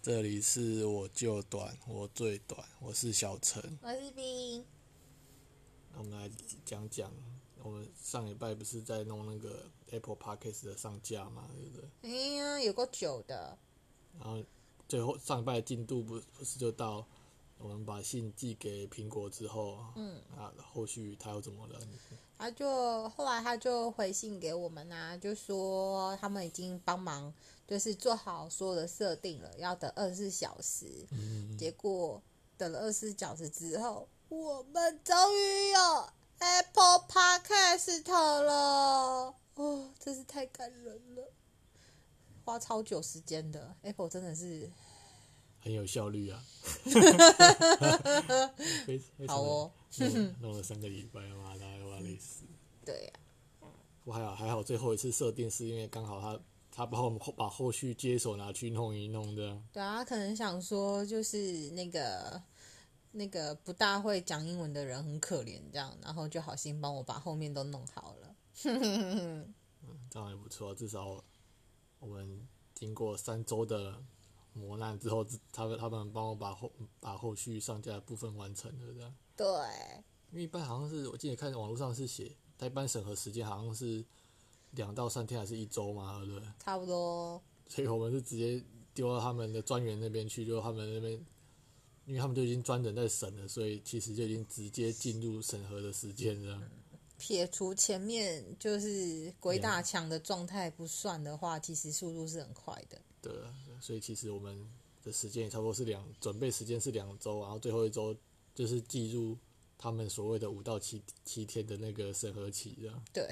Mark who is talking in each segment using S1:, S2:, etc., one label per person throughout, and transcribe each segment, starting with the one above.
S1: 这里是我就短，我最短，我是小陈。
S2: 我是冰，
S1: 那我们来讲讲，我们上礼拜不是在弄那个 Apple Podcast 的上架嘛，对不对？
S2: 哎呀，有够久的，
S1: 然后最后上礼拜的进度不不是就到我们把信寄给苹果之后，嗯，啊，后续他又怎么了？
S2: 他就后来他就回信给我们啊，就说他们已经帮忙，就是做好所有的设定了，要等二十四小时。结果等了二十四小时之后，我们终于有 Apple Podcast 了，哦，真是太感人了，花超久时间的 Apple 真的是
S1: 很有效率啊！ 非非常
S2: 嗯好哦，
S1: 弄弄了三个礼拜，妈的，我要累死！
S2: 对啊呀、
S1: 我还好还好，最后一次设定是因为刚好他他把我们后把后续接手拿去弄一弄的，
S2: 对啊，他可能想说就是那个那个不大会讲英文的人很可怜这样，然后就好心帮我把后面都弄好了。
S1: 这样也不错。至少我们经过三周的磨难之后，自他们他们帮我把后把后续上架的部分完成了这样。
S2: 对，
S1: 因为一般好像是我记得看网络上是写，他一般审核时间好像是两到三天还是一周嘛，对不对？
S2: 差不多。
S1: 所以我们是直接丢到他们的专员那边去，就他们那边，因为他们就已经专人在审了，所以其实就已经直接进入审核的时间了。
S2: 撇除前面就是鬼打墙的状态不算的话，其实速度是很快的。
S1: 对啊，所以其实我们的时间也差不多是两，准备时间是两周，然后最后一周就是进入他们所谓的五到七七天的那个审核期，这样
S2: 对，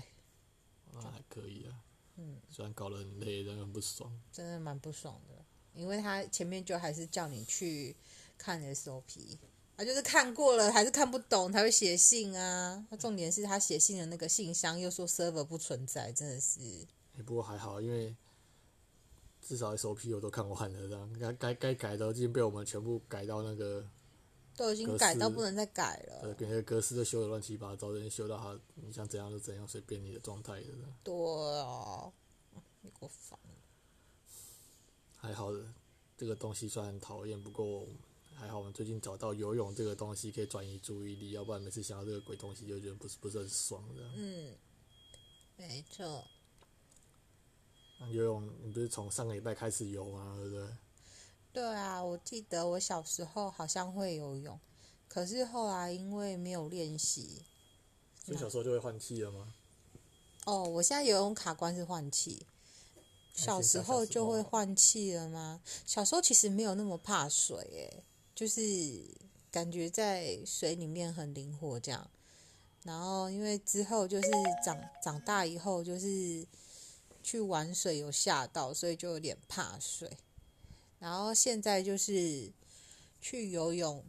S1: 那还可以啊。嗯，虽然搞得很累，但很不爽。
S2: 真的蛮不爽的，因为他前面就还是叫你去看 SOP，他啊就是看过了还是看不懂才会写信啊。那重点是他写信的那个信箱又说 server 不存在，真的是
S1: 欸不过还好，因为至少 SOP 我都看完了，这样该该该改的已经被我们全部改到那个
S2: 都已经
S1: 格
S2: 改
S1: 式
S2: 到不能再改
S1: 呃，
S2: 了。
S1: 给那个格式都修的乱七八糟，人修到他你想怎样就怎样，随便你的状态的。
S2: 对哦，你给我烦。
S1: 还好的，这个东西虽然很讨厌，不过还好我们最近找到游泳这个东西可以转移注意力，要不然每次想到这个鬼东西就觉得不是不是很爽的。
S2: 嗯，没错。
S1: 那游泳你不是从上个礼拜开始游吗？对不对？
S2: 对啊，我记得我小时候好像会游泳，可是后来因为没有练习，
S1: 所以小时候就会换气了吗？
S2: 哦，我现在游泳卡关是换气，小时候啊就会换气了吗？小时候其实没有那么怕水、诶，就是感觉在水里面很灵活这样。然后因为之后就是长长大以后就是去玩水有吓到，所以就有点怕水。然后现在就是去游泳，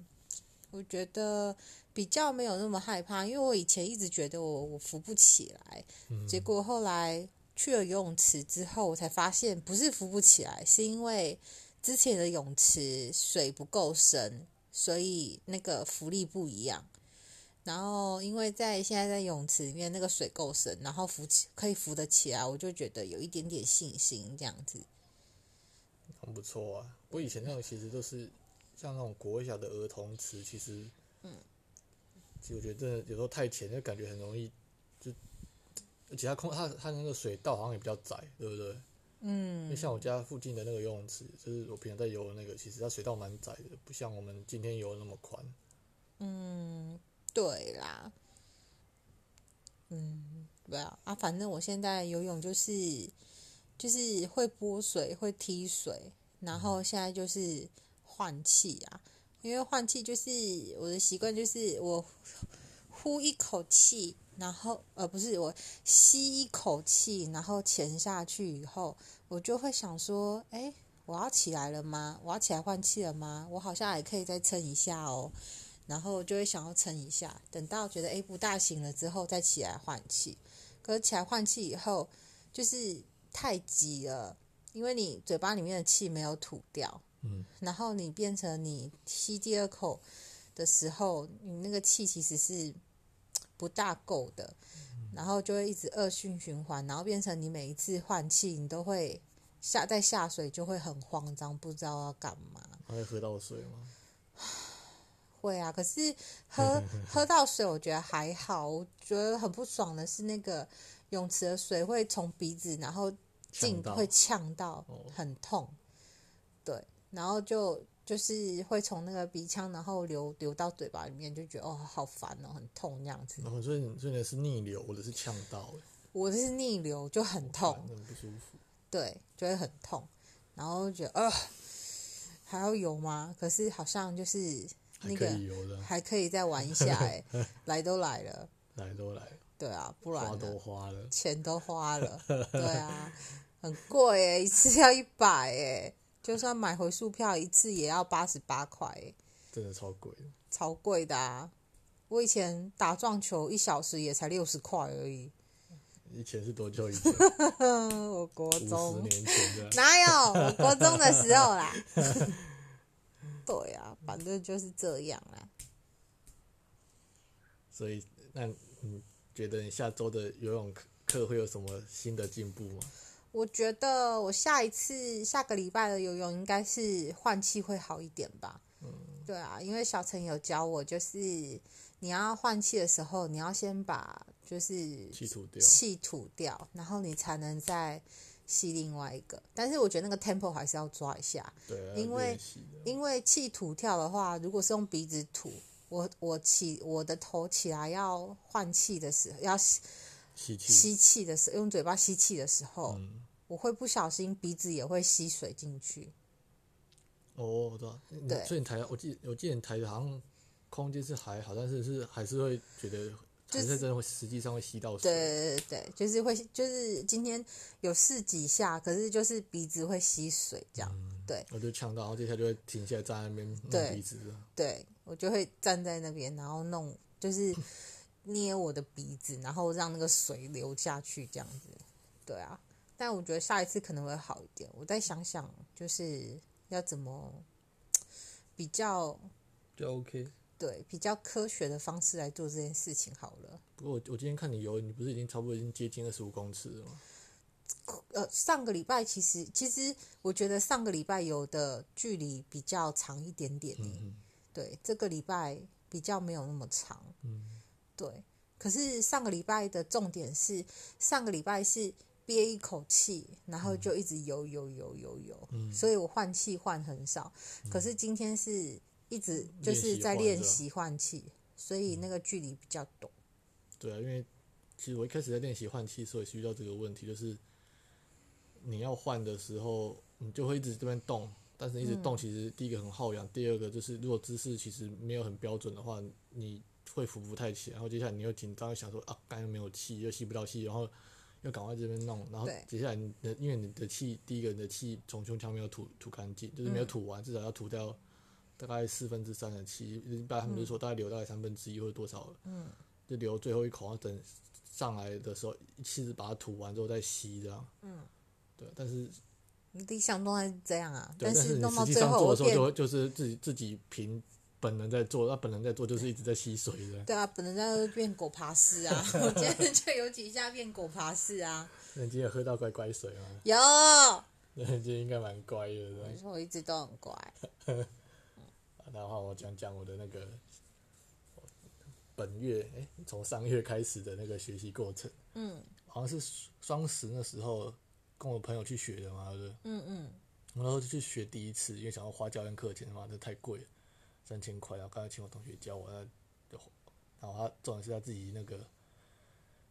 S2: 我觉得比较没有那么害怕，因为我以前一直觉得我我浮不起来，结果后来去了游泳池之后，我才发现不是浮不起来，是因为之前的泳池水不够深，所以那个浮力不一样。然后因为在现在在泳池里面那个水够深，然后浮起可以浮得起来，我就觉得有一点点信心这样子。
S1: 很不错啊。我以前那种其实都是像那种国小的儿童池，其实，嗯，其实我觉得真的有时候太浅，就感觉很容易就，而且它空它它那个水道好像也比较窄，对不对？因为
S2: 嗯，
S1: 像我家附近的那个游泳池，就是我平常在游的那个，其实它水道蛮窄的，不像我们今天游的那么宽。
S2: 对啦，嗯，对啊，啊，反正我现在游泳就是就是会拨水，会踢水，然后现在就是换气啊，因为换气就是我的习惯，就是我呼一口气，然后呃不是我吸一口气，然后潜下去以后，我就会想说，哎，我要起来了吗？我要起来换气了吗？我好像还可以再撑一下哦。然后就会想要撑一下，等到觉得诶不大行了之后再起来换气。可是起来换气以后，就是太急了，因为你嘴巴里面的气没有吐掉，
S1: 嗯，
S2: 然后你变成你吸第二口的时候，你那个气其实是不大够的，然后就会一直恶性循环，然后变成你每一次换气，你都会下在下水就会很慌张，不知道要干嘛。
S1: 还会喝到水吗？
S2: 会啊，可是喝喝到水，我觉得还好。我觉得很不爽的是，那个泳池的水会从鼻子然后进
S1: 呛到
S2: 会呛到
S1: 哦，
S2: 很痛。对，然后就就是会从那个鼻腔然后流流到嘴巴里面，就觉得哦好烦哦，很痛那样子。
S1: 然后哦所以你所以你是逆流，我的是呛到、欸，
S2: 我是逆流就
S1: 哦
S2: 很痛，
S1: 很不舒服。
S2: 对，就会很痛，然后就觉得呃还要游吗？可是好像就是
S1: 还
S2: 那
S1: 可
S2: 个
S1: 以游的，
S2: 还可以再玩一下 哎、来都来了，
S1: 来都来，
S2: 对啊，不
S1: 花
S2: 然呢
S1: 都花了，
S2: 钱都花 了，对啊，很贵哎、一次要一百哎，就算买回数票一次也要八十八块哎，
S1: 真的超贵的。
S2: 超贵的啊！我以前打撞球一小时也才六十块而已，
S1: 以前是多久以前？
S2: 嗯，我国
S1: 五十
S2: 中
S1: 年前的。
S2: 哪 有？我国中的时候啦。 对啊，反正就是这样啦。
S1: 所以，那你觉得你下周的游泳课课会有什么新的进步吗？
S2: 我觉得我下一次下个礼拜的游泳应该是换气会好一点吧。
S1: 嗯
S2: 对啊，因为小陈有教我，就是你要换气的时候，你要先把就是
S1: 气吐掉，
S2: 气吐掉，然后你才能再吸另外一个。但是我觉得那个 tempo 还是要抓一下。
S1: 对啊，
S2: 因为
S1: 练习的
S2: 因为气吐掉的话，如果是用鼻子吐，我我起我的头起来要换气的时候，要吸
S1: 吸气，
S2: 吸气的时候，用嘴巴吸气的时候，
S1: 嗯，
S2: 我会不小心鼻子也会吸水进去。
S1: 哦，我知道，你
S2: 对
S1: 所以你抬，我记我记得你抬的好像空间是还好，但是是还是会觉得，
S2: 就
S1: 还
S2: 是
S1: 是真的会实际上会吸到水，
S2: 对对对对，就是会就是今天有试几下，可是就是鼻子会吸水这样。对
S1: 我就呛到，然后接下来就会停下来站在那边
S2: 对
S1: 弄鼻子，
S2: 对，我就会站在那边，然后弄就是捏我的鼻子，然后让那个水流下去，这样子。对啊，但我觉得下一次可能会好一点。我再想想，就是要怎么比较
S1: 就 OK。
S2: 对比较科学的方式来做这件事情好了。
S1: 不过我我今天看你游，你不是已经差不多已经接近二十五公尺了吗？
S2: 呃，上个礼拜其实其实我觉得上个礼拜有的距离比较长一点点呢、
S1: 嗯
S2: 对，这个礼拜比较没有那么长。
S1: 嗯，
S2: 对，可是上个礼拜的重点是，上个礼拜是憋一口气，
S1: 嗯
S2: 然后就一直游游游游游，所以我换气换很少。可是今天是一直就是在练
S1: 嗯练习换是吧嗯
S2: 习换气，所以那个距离比较短。
S1: 对啊，因为其实我一开始在练习换气的时候也是遇到这个问题，就是你要换的时候，你就会一直这边动，但是一直动，其实第一个很耗氧，第二个就是如果姿势其实没有很标准的话，你会浮不太起来，然后接下来你又紧张，想说啊，刚才没有气，又吸不到气，然后又赶快这边弄，然后
S2: 对
S1: 接下来你的因为你的气，第一个你的气从胸腔没有吐吐干净，就是没有吐完，至少要吐掉。大概四分之三的气，一般他们就说大概留大概三分之一或者多少，嗯，就留最后一口，然后等上来的时候一气子把它吐完之后再吸这样，嗯，对。但是
S2: 理想中还是这样啊，
S1: 对，但
S2: 是
S1: 你
S2: 弄到
S1: 实际
S2: 最
S1: 上
S2: 后
S1: 做
S2: 我
S1: 的时候
S2: 变
S1: 就会就是自己自己凭本能在做，那本能在做就是一直在吸水的，
S2: 对啊，本来在变狗爬式啊，我今天就有几下变狗爬式啊，
S1: 那你今天有喝到乖乖水吗？
S2: 有，
S1: 那你今天应该蛮乖的，对吧
S2: 我说我一直都很乖，
S1: 然后我讲讲我的那个本月，哎、从上月开始的那个学习过程。
S2: 嗯，
S1: 好像是双十那时候跟我朋友去学的嘛，对不对？
S2: 嗯嗯，
S1: 我那时候就去学第一次，因为想要花教练课钱嘛，这太贵了，三千块。然后刚才请我同学教我，那就然后他重点是他自己那个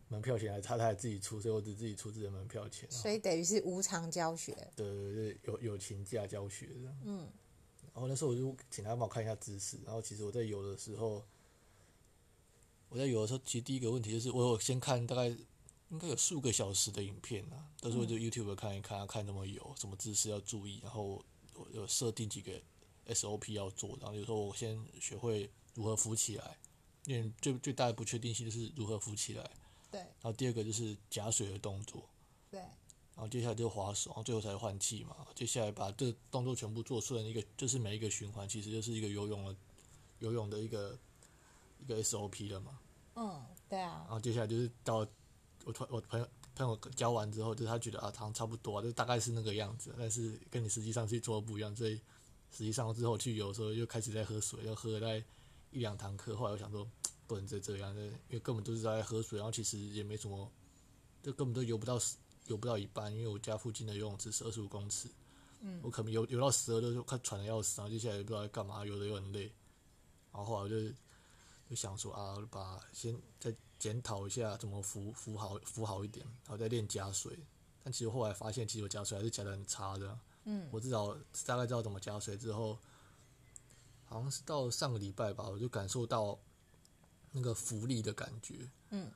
S1: 门票钱还他他还自己出，所以我只自己出自己的门票钱。然后
S2: 所以等于是无偿教学，
S1: 对对对，友友情价教学这样。嗯。然后那时候我就请他帮我看一下姿势，然后其实我在游的时候，我在游的时候，其实第一个问题就是我有先看大概应该有数个小时的影片啊，到时候我就 YouTube 看一看，看怎么游，什么姿势要注意，然后我我有设定几个 SOP 要做，然后有时候我先学会如何浮起来，因为最最大的不确定性就是如何浮起来，然
S2: 对
S1: 后第二个就是夹水的动作，
S2: 对，
S1: 然后接下来就划手，然后最后才换气嘛。接下来把这动作全部做顺，一个就是每一个循环，其实就是一个游泳的游泳的一个一个 SOP 了嘛。
S2: 嗯，对啊
S1: 然，后接下来就是到我团我朋友朋友教完之后，就是他觉得啊，好像差不多、啊，就大概是那个样子，啊但是跟你实际上去做的不一样，所以实际上之后去游的时候又开始在喝水，又喝了大概一两堂课，后来我想说嗯不能再这样，因为根本都是在喝水，然后其实也没什么，就根本都游不到游不到一半，因为我家附近的游泳池是二十五公尺，嗯，我可能游游到十二都快喘的要死，然后接下来也不知道在干嘛，游的又很累，然后后来我就就想说啊，把先再检讨一下怎么浮浮好浮好一点，然后再练加水。但其实后来发现，其实我加水还是加的很差的。嗯，我至少大概知道怎么加水之后，好像是到上个礼拜吧，我就感受到那个浮力的感觉。
S2: 嗯，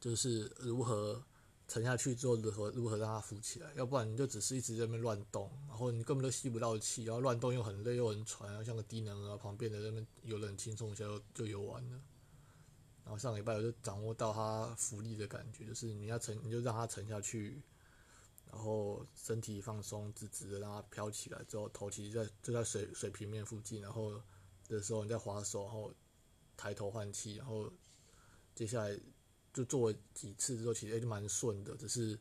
S1: 就是如何沉下去之后如何如何让它浮起来，要不然你就只是一直在那边乱动，然后你根本都吸不到气，然后乱动又很累又很喘，然后像个低能儿，旁边的那边游人轻松一下就就游完了。然后上礼拜我就掌握到它浮力的感觉，就是你要沉，你就让它沉下去，然后身体放松，直直的让它飘起来之后，头其实在就在水水平面附近，然后的时候你在划手，然后抬头换气，然后接下来就做了几次之后，其实、诶就蛮顺的，只是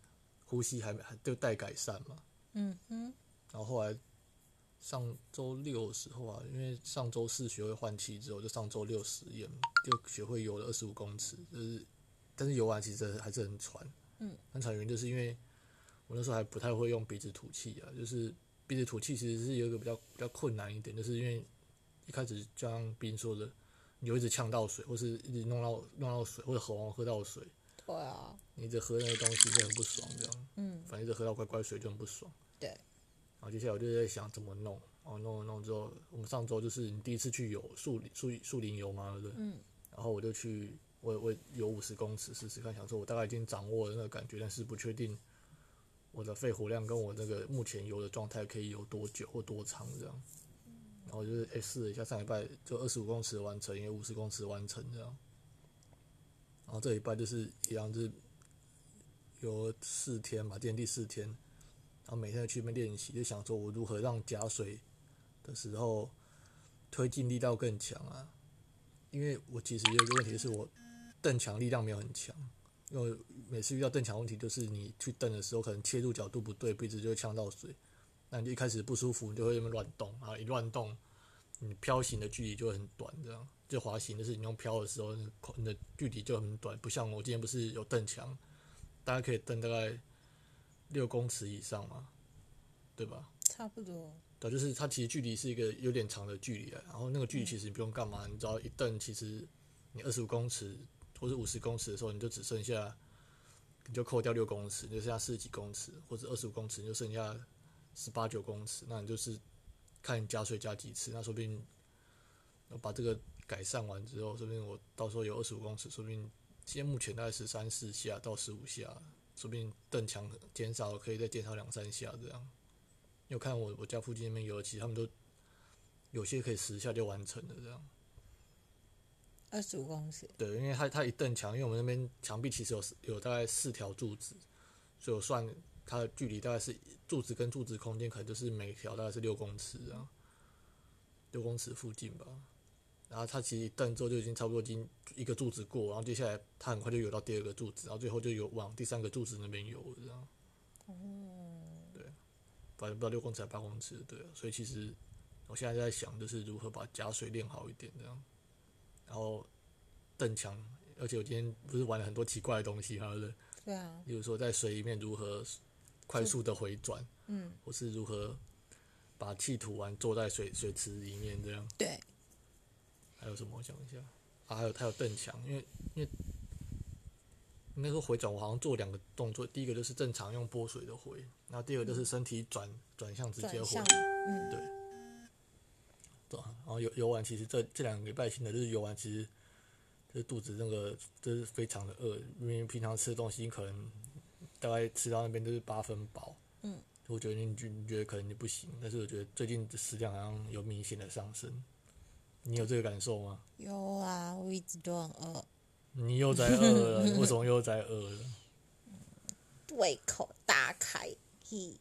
S1: 呼吸还没还就待改善嘛。
S2: 嗯哼，
S1: 然后后来上周六的时候啊，因为上周四学会换气之后，就上周六实验就学会游了二十五公尺，就是但是游完其实还是很喘，
S2: 嗯，
S1: 很喘原因就是因为我那时候还不太会用鼻子吐气啊，就是鼻子吐气其实是有一个比较比较困难一点，就是因为一开始就像斌说的，你就一直呛到水，或是一直弄到弄到水，或者喉咙喝到水，
S2: 对啊，
S1: 你一直喝那个东西就很不爽，这样，
S2: 嗯，
S1: 反正一直喝到乖乖水就很不爽。
S2: 对，
S1: 然后接下来我就在想怎么弄，然后弄了弄之后，我们上周就是你第一次去游树林树树林游嘛，对不对？
S2: 嗯。
S1: 然后我就去，我我游五十公尺试试看，想说我大概已经掌握了那个感觉，但是不确定我的肺活量跟我那个目前游的状态可以游多久或多长这样。然后就是哎试了一下，上礼拜就二十五公尺完成，也五十公尺完成这样。然后这礼拜就是一样，就是游四天吧，今天第四天。然后每天都去那边练习，就想说我如何让加水的时候推进力道更强啊。因为我其实有一个问题，就是我蹬墙力量没有很强，因为每次遇到蹬墙问题，就是你去蹬的时候，可能切入角度不对，鼻子就会呛到水，那你就一开始不舒服，你就会在那边乱动，然后一乱动，你飘行的距离就会很短，这样就滑行，就是你用飘的时候，你的空你的距离就很短，不像我今天不是有蹬墙，大家可以蹬大概六公尺以上嘛，对吧？
S2: 差不多，
S1: 对，啊就是它其实距离是一个有点长的距离啊。然后那个距离其实你不用干嘛，你只要一蹬，其实你二十五公尺或者五十公尺的时候，你就只剩下，你就扣掉六公尺，你就剩下四十几公尺，或者二十五公尺，你就剩下十八九公尺。那你就是看你加水加几次，那说不定我把这个改善完之后，说不定我到时候有二十五公尺，说不定现在目前大概十三四下到十五下，说不定蹬墙减少可以再减少两三下这样。有看我我家附近那边有，其实他们都有些可以十下就完成了这样。
S2: 二十五公尺，
S1: 对，因为它它一蹬墙，因为我们那边墙壁其实有四有大概四条柱子，所以我算它的距离大概是柱子跟柱子空间可能就是每条大概是六公尺这样，六公尺附近吧。然后它其实一蹬之后就已经差不多已经一个柱子过，然后接下来它很快就游到第二个柱子，然后最后就游往第三个柱子那边游这样。反正不知道六公尺还八公尺，对啊，所以其实我现在在想，就是如何把假水练好一点这样，然后蹬墙，而且我今天不是玩了很多奇怪的东西，还有例
S2: 对啊，
S1: 如说在水里面如何快速的回转，
S2: 嗯，
S1: 或是如何把气吐完坐在水水池里面这样，
S2: 对，
S1: 还有什么？我想一下啊，还有还有蹬墙，因为因为应该说回转，我好像做两个动作，第一个就是正常用拨水的回，然后第二个就是身体转转向直接
S2: 嗯转
S1: 回
S2: 向，。嗯，
S1: 对啊，然后游游完，其实这这两个礼拜新的就是游完，其实就是肚子那个就是非常的饿，因为平常吃的东西可能大概吃到那边都是八分饱。
S2: 嗯，
S1: 我觉得你觉你觉得可能你不行，但是我觉得最近食量好像有明显的上升，你有这个感受吗？
S2: 有啊，我一直都很饿，
S1: 你又在饿了，你为什么又在饿了？
S2: 胃口大开，咦，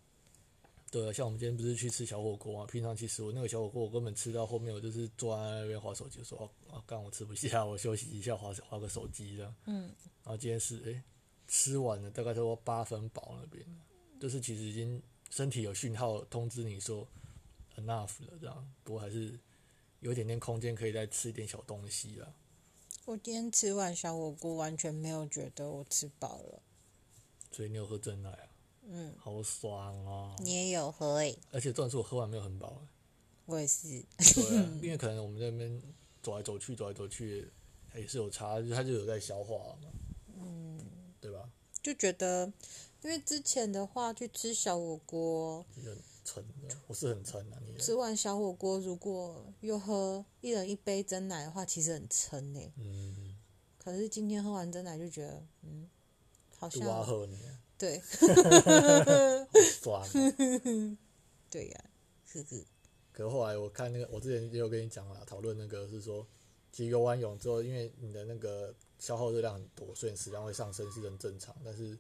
S1: 对啊，像我们今天不是去吃小火锅啊？平常其实我那个小火锅，我根本吃到后面，我就是坐在那边划手机，我说哦啊，干我吃不下，我休息一下，划划个手机这样。
S2: 嗯，
S1: 然后今天是哎、吃完了大概都八分饱那边，就是其实已经身体有讯号通知你说 enough 了这样，不过还是有一点点空间可以再吃一点小东西啦。
S2: 我今天吃完小火锅，完全没有觉得我吃饱了。
S1: 所以你有喝真奶啊？
S2: 嗯，
S1: 好爽哦！
S2: 你也有喝诶、
S1: 而且重点是我喝完没有很饱、啊
S2: 我也是。
S1: 对、 啊，因为可能我们在那边走来走去，走来走去也是有差，就是它就有在消化嘛，嗯，对吧？
S2: 就觉得，因为之前的话去吃小火锅，
S1: 就是很撑的，我是很撑啊，你
S2: 吃
S1: 呢
S2: 完小火锅如果又喝一人一杯真奶的话，其实很撑呢、
S1: 嗯，
S2: 可是今天喝完真奶就觉得，嗯，好
S1: 就挖
S2: 像
S1: 喝你啊，
S2: 对
S1: 爽哦。
S2: 对呀、呵呵，
S1: 可是后来我看那个，我之前也有跟你讲啦，讨论那个是说，其实游完泳之后，因为你的那个消耗热量很多，所以你食量会上升是很正常。但是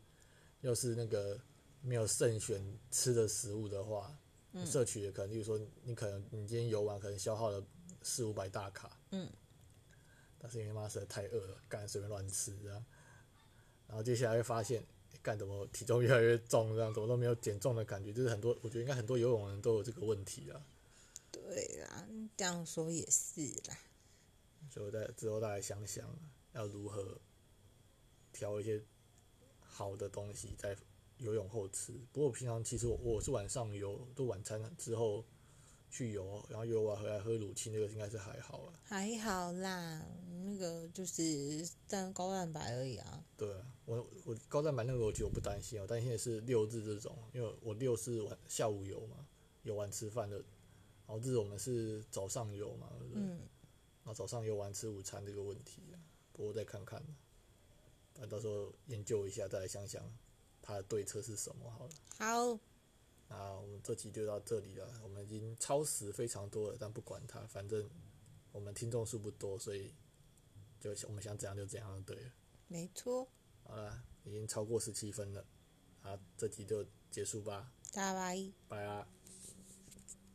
S1: 要是那个没有慎选吃的食物的话，你摄取的可能，例如说你可能你今天游玩可能消耗了四五百大卡，
S2: 嗯，
S1: 但是因为妈实在太饿了，干随便乱吃这样，然后接下来会发现。诶干怎么体重越来越重，这样怎么都没有减重的感觉，就是很多，我觉得应该很多游泳人都有这个问题啊。
S2: 对啦，你这样说也是啦。
S1: 所以我再之后再来想想要如何调一些好的东西在游泳后吃。不过我平常其实我我是晚上游，就晚餐之后去游，哦然后游完回来喝乳清，这个应该是还好啊。
S2: 还好啦，那个就是蛋高蛋白而已啊。
S1: 对啊，我我高蛋白那个我觉得我不担心，我哦担心的是六日这种，因为我六是晚下午游嘛，游完吃饭的，然后日我们是早上游嘛，对不对？
S2: 嗯，
S1: 然后早上游完吃午餐这个问题啊，不过再看看，那到时候研究一下，再来想想它的对策是什么好了。
S2: 好，
S1: 那我们这集就到这里了，我们已经超时非常多了，但不管它，反正我们听众数不多，所以就我们想怎样就怎样就对了。
S2: 没错，
S1: 好了，已经超过十七分了，啊，这集就结束吧，
S2: 大拜。
S1: 拜啦。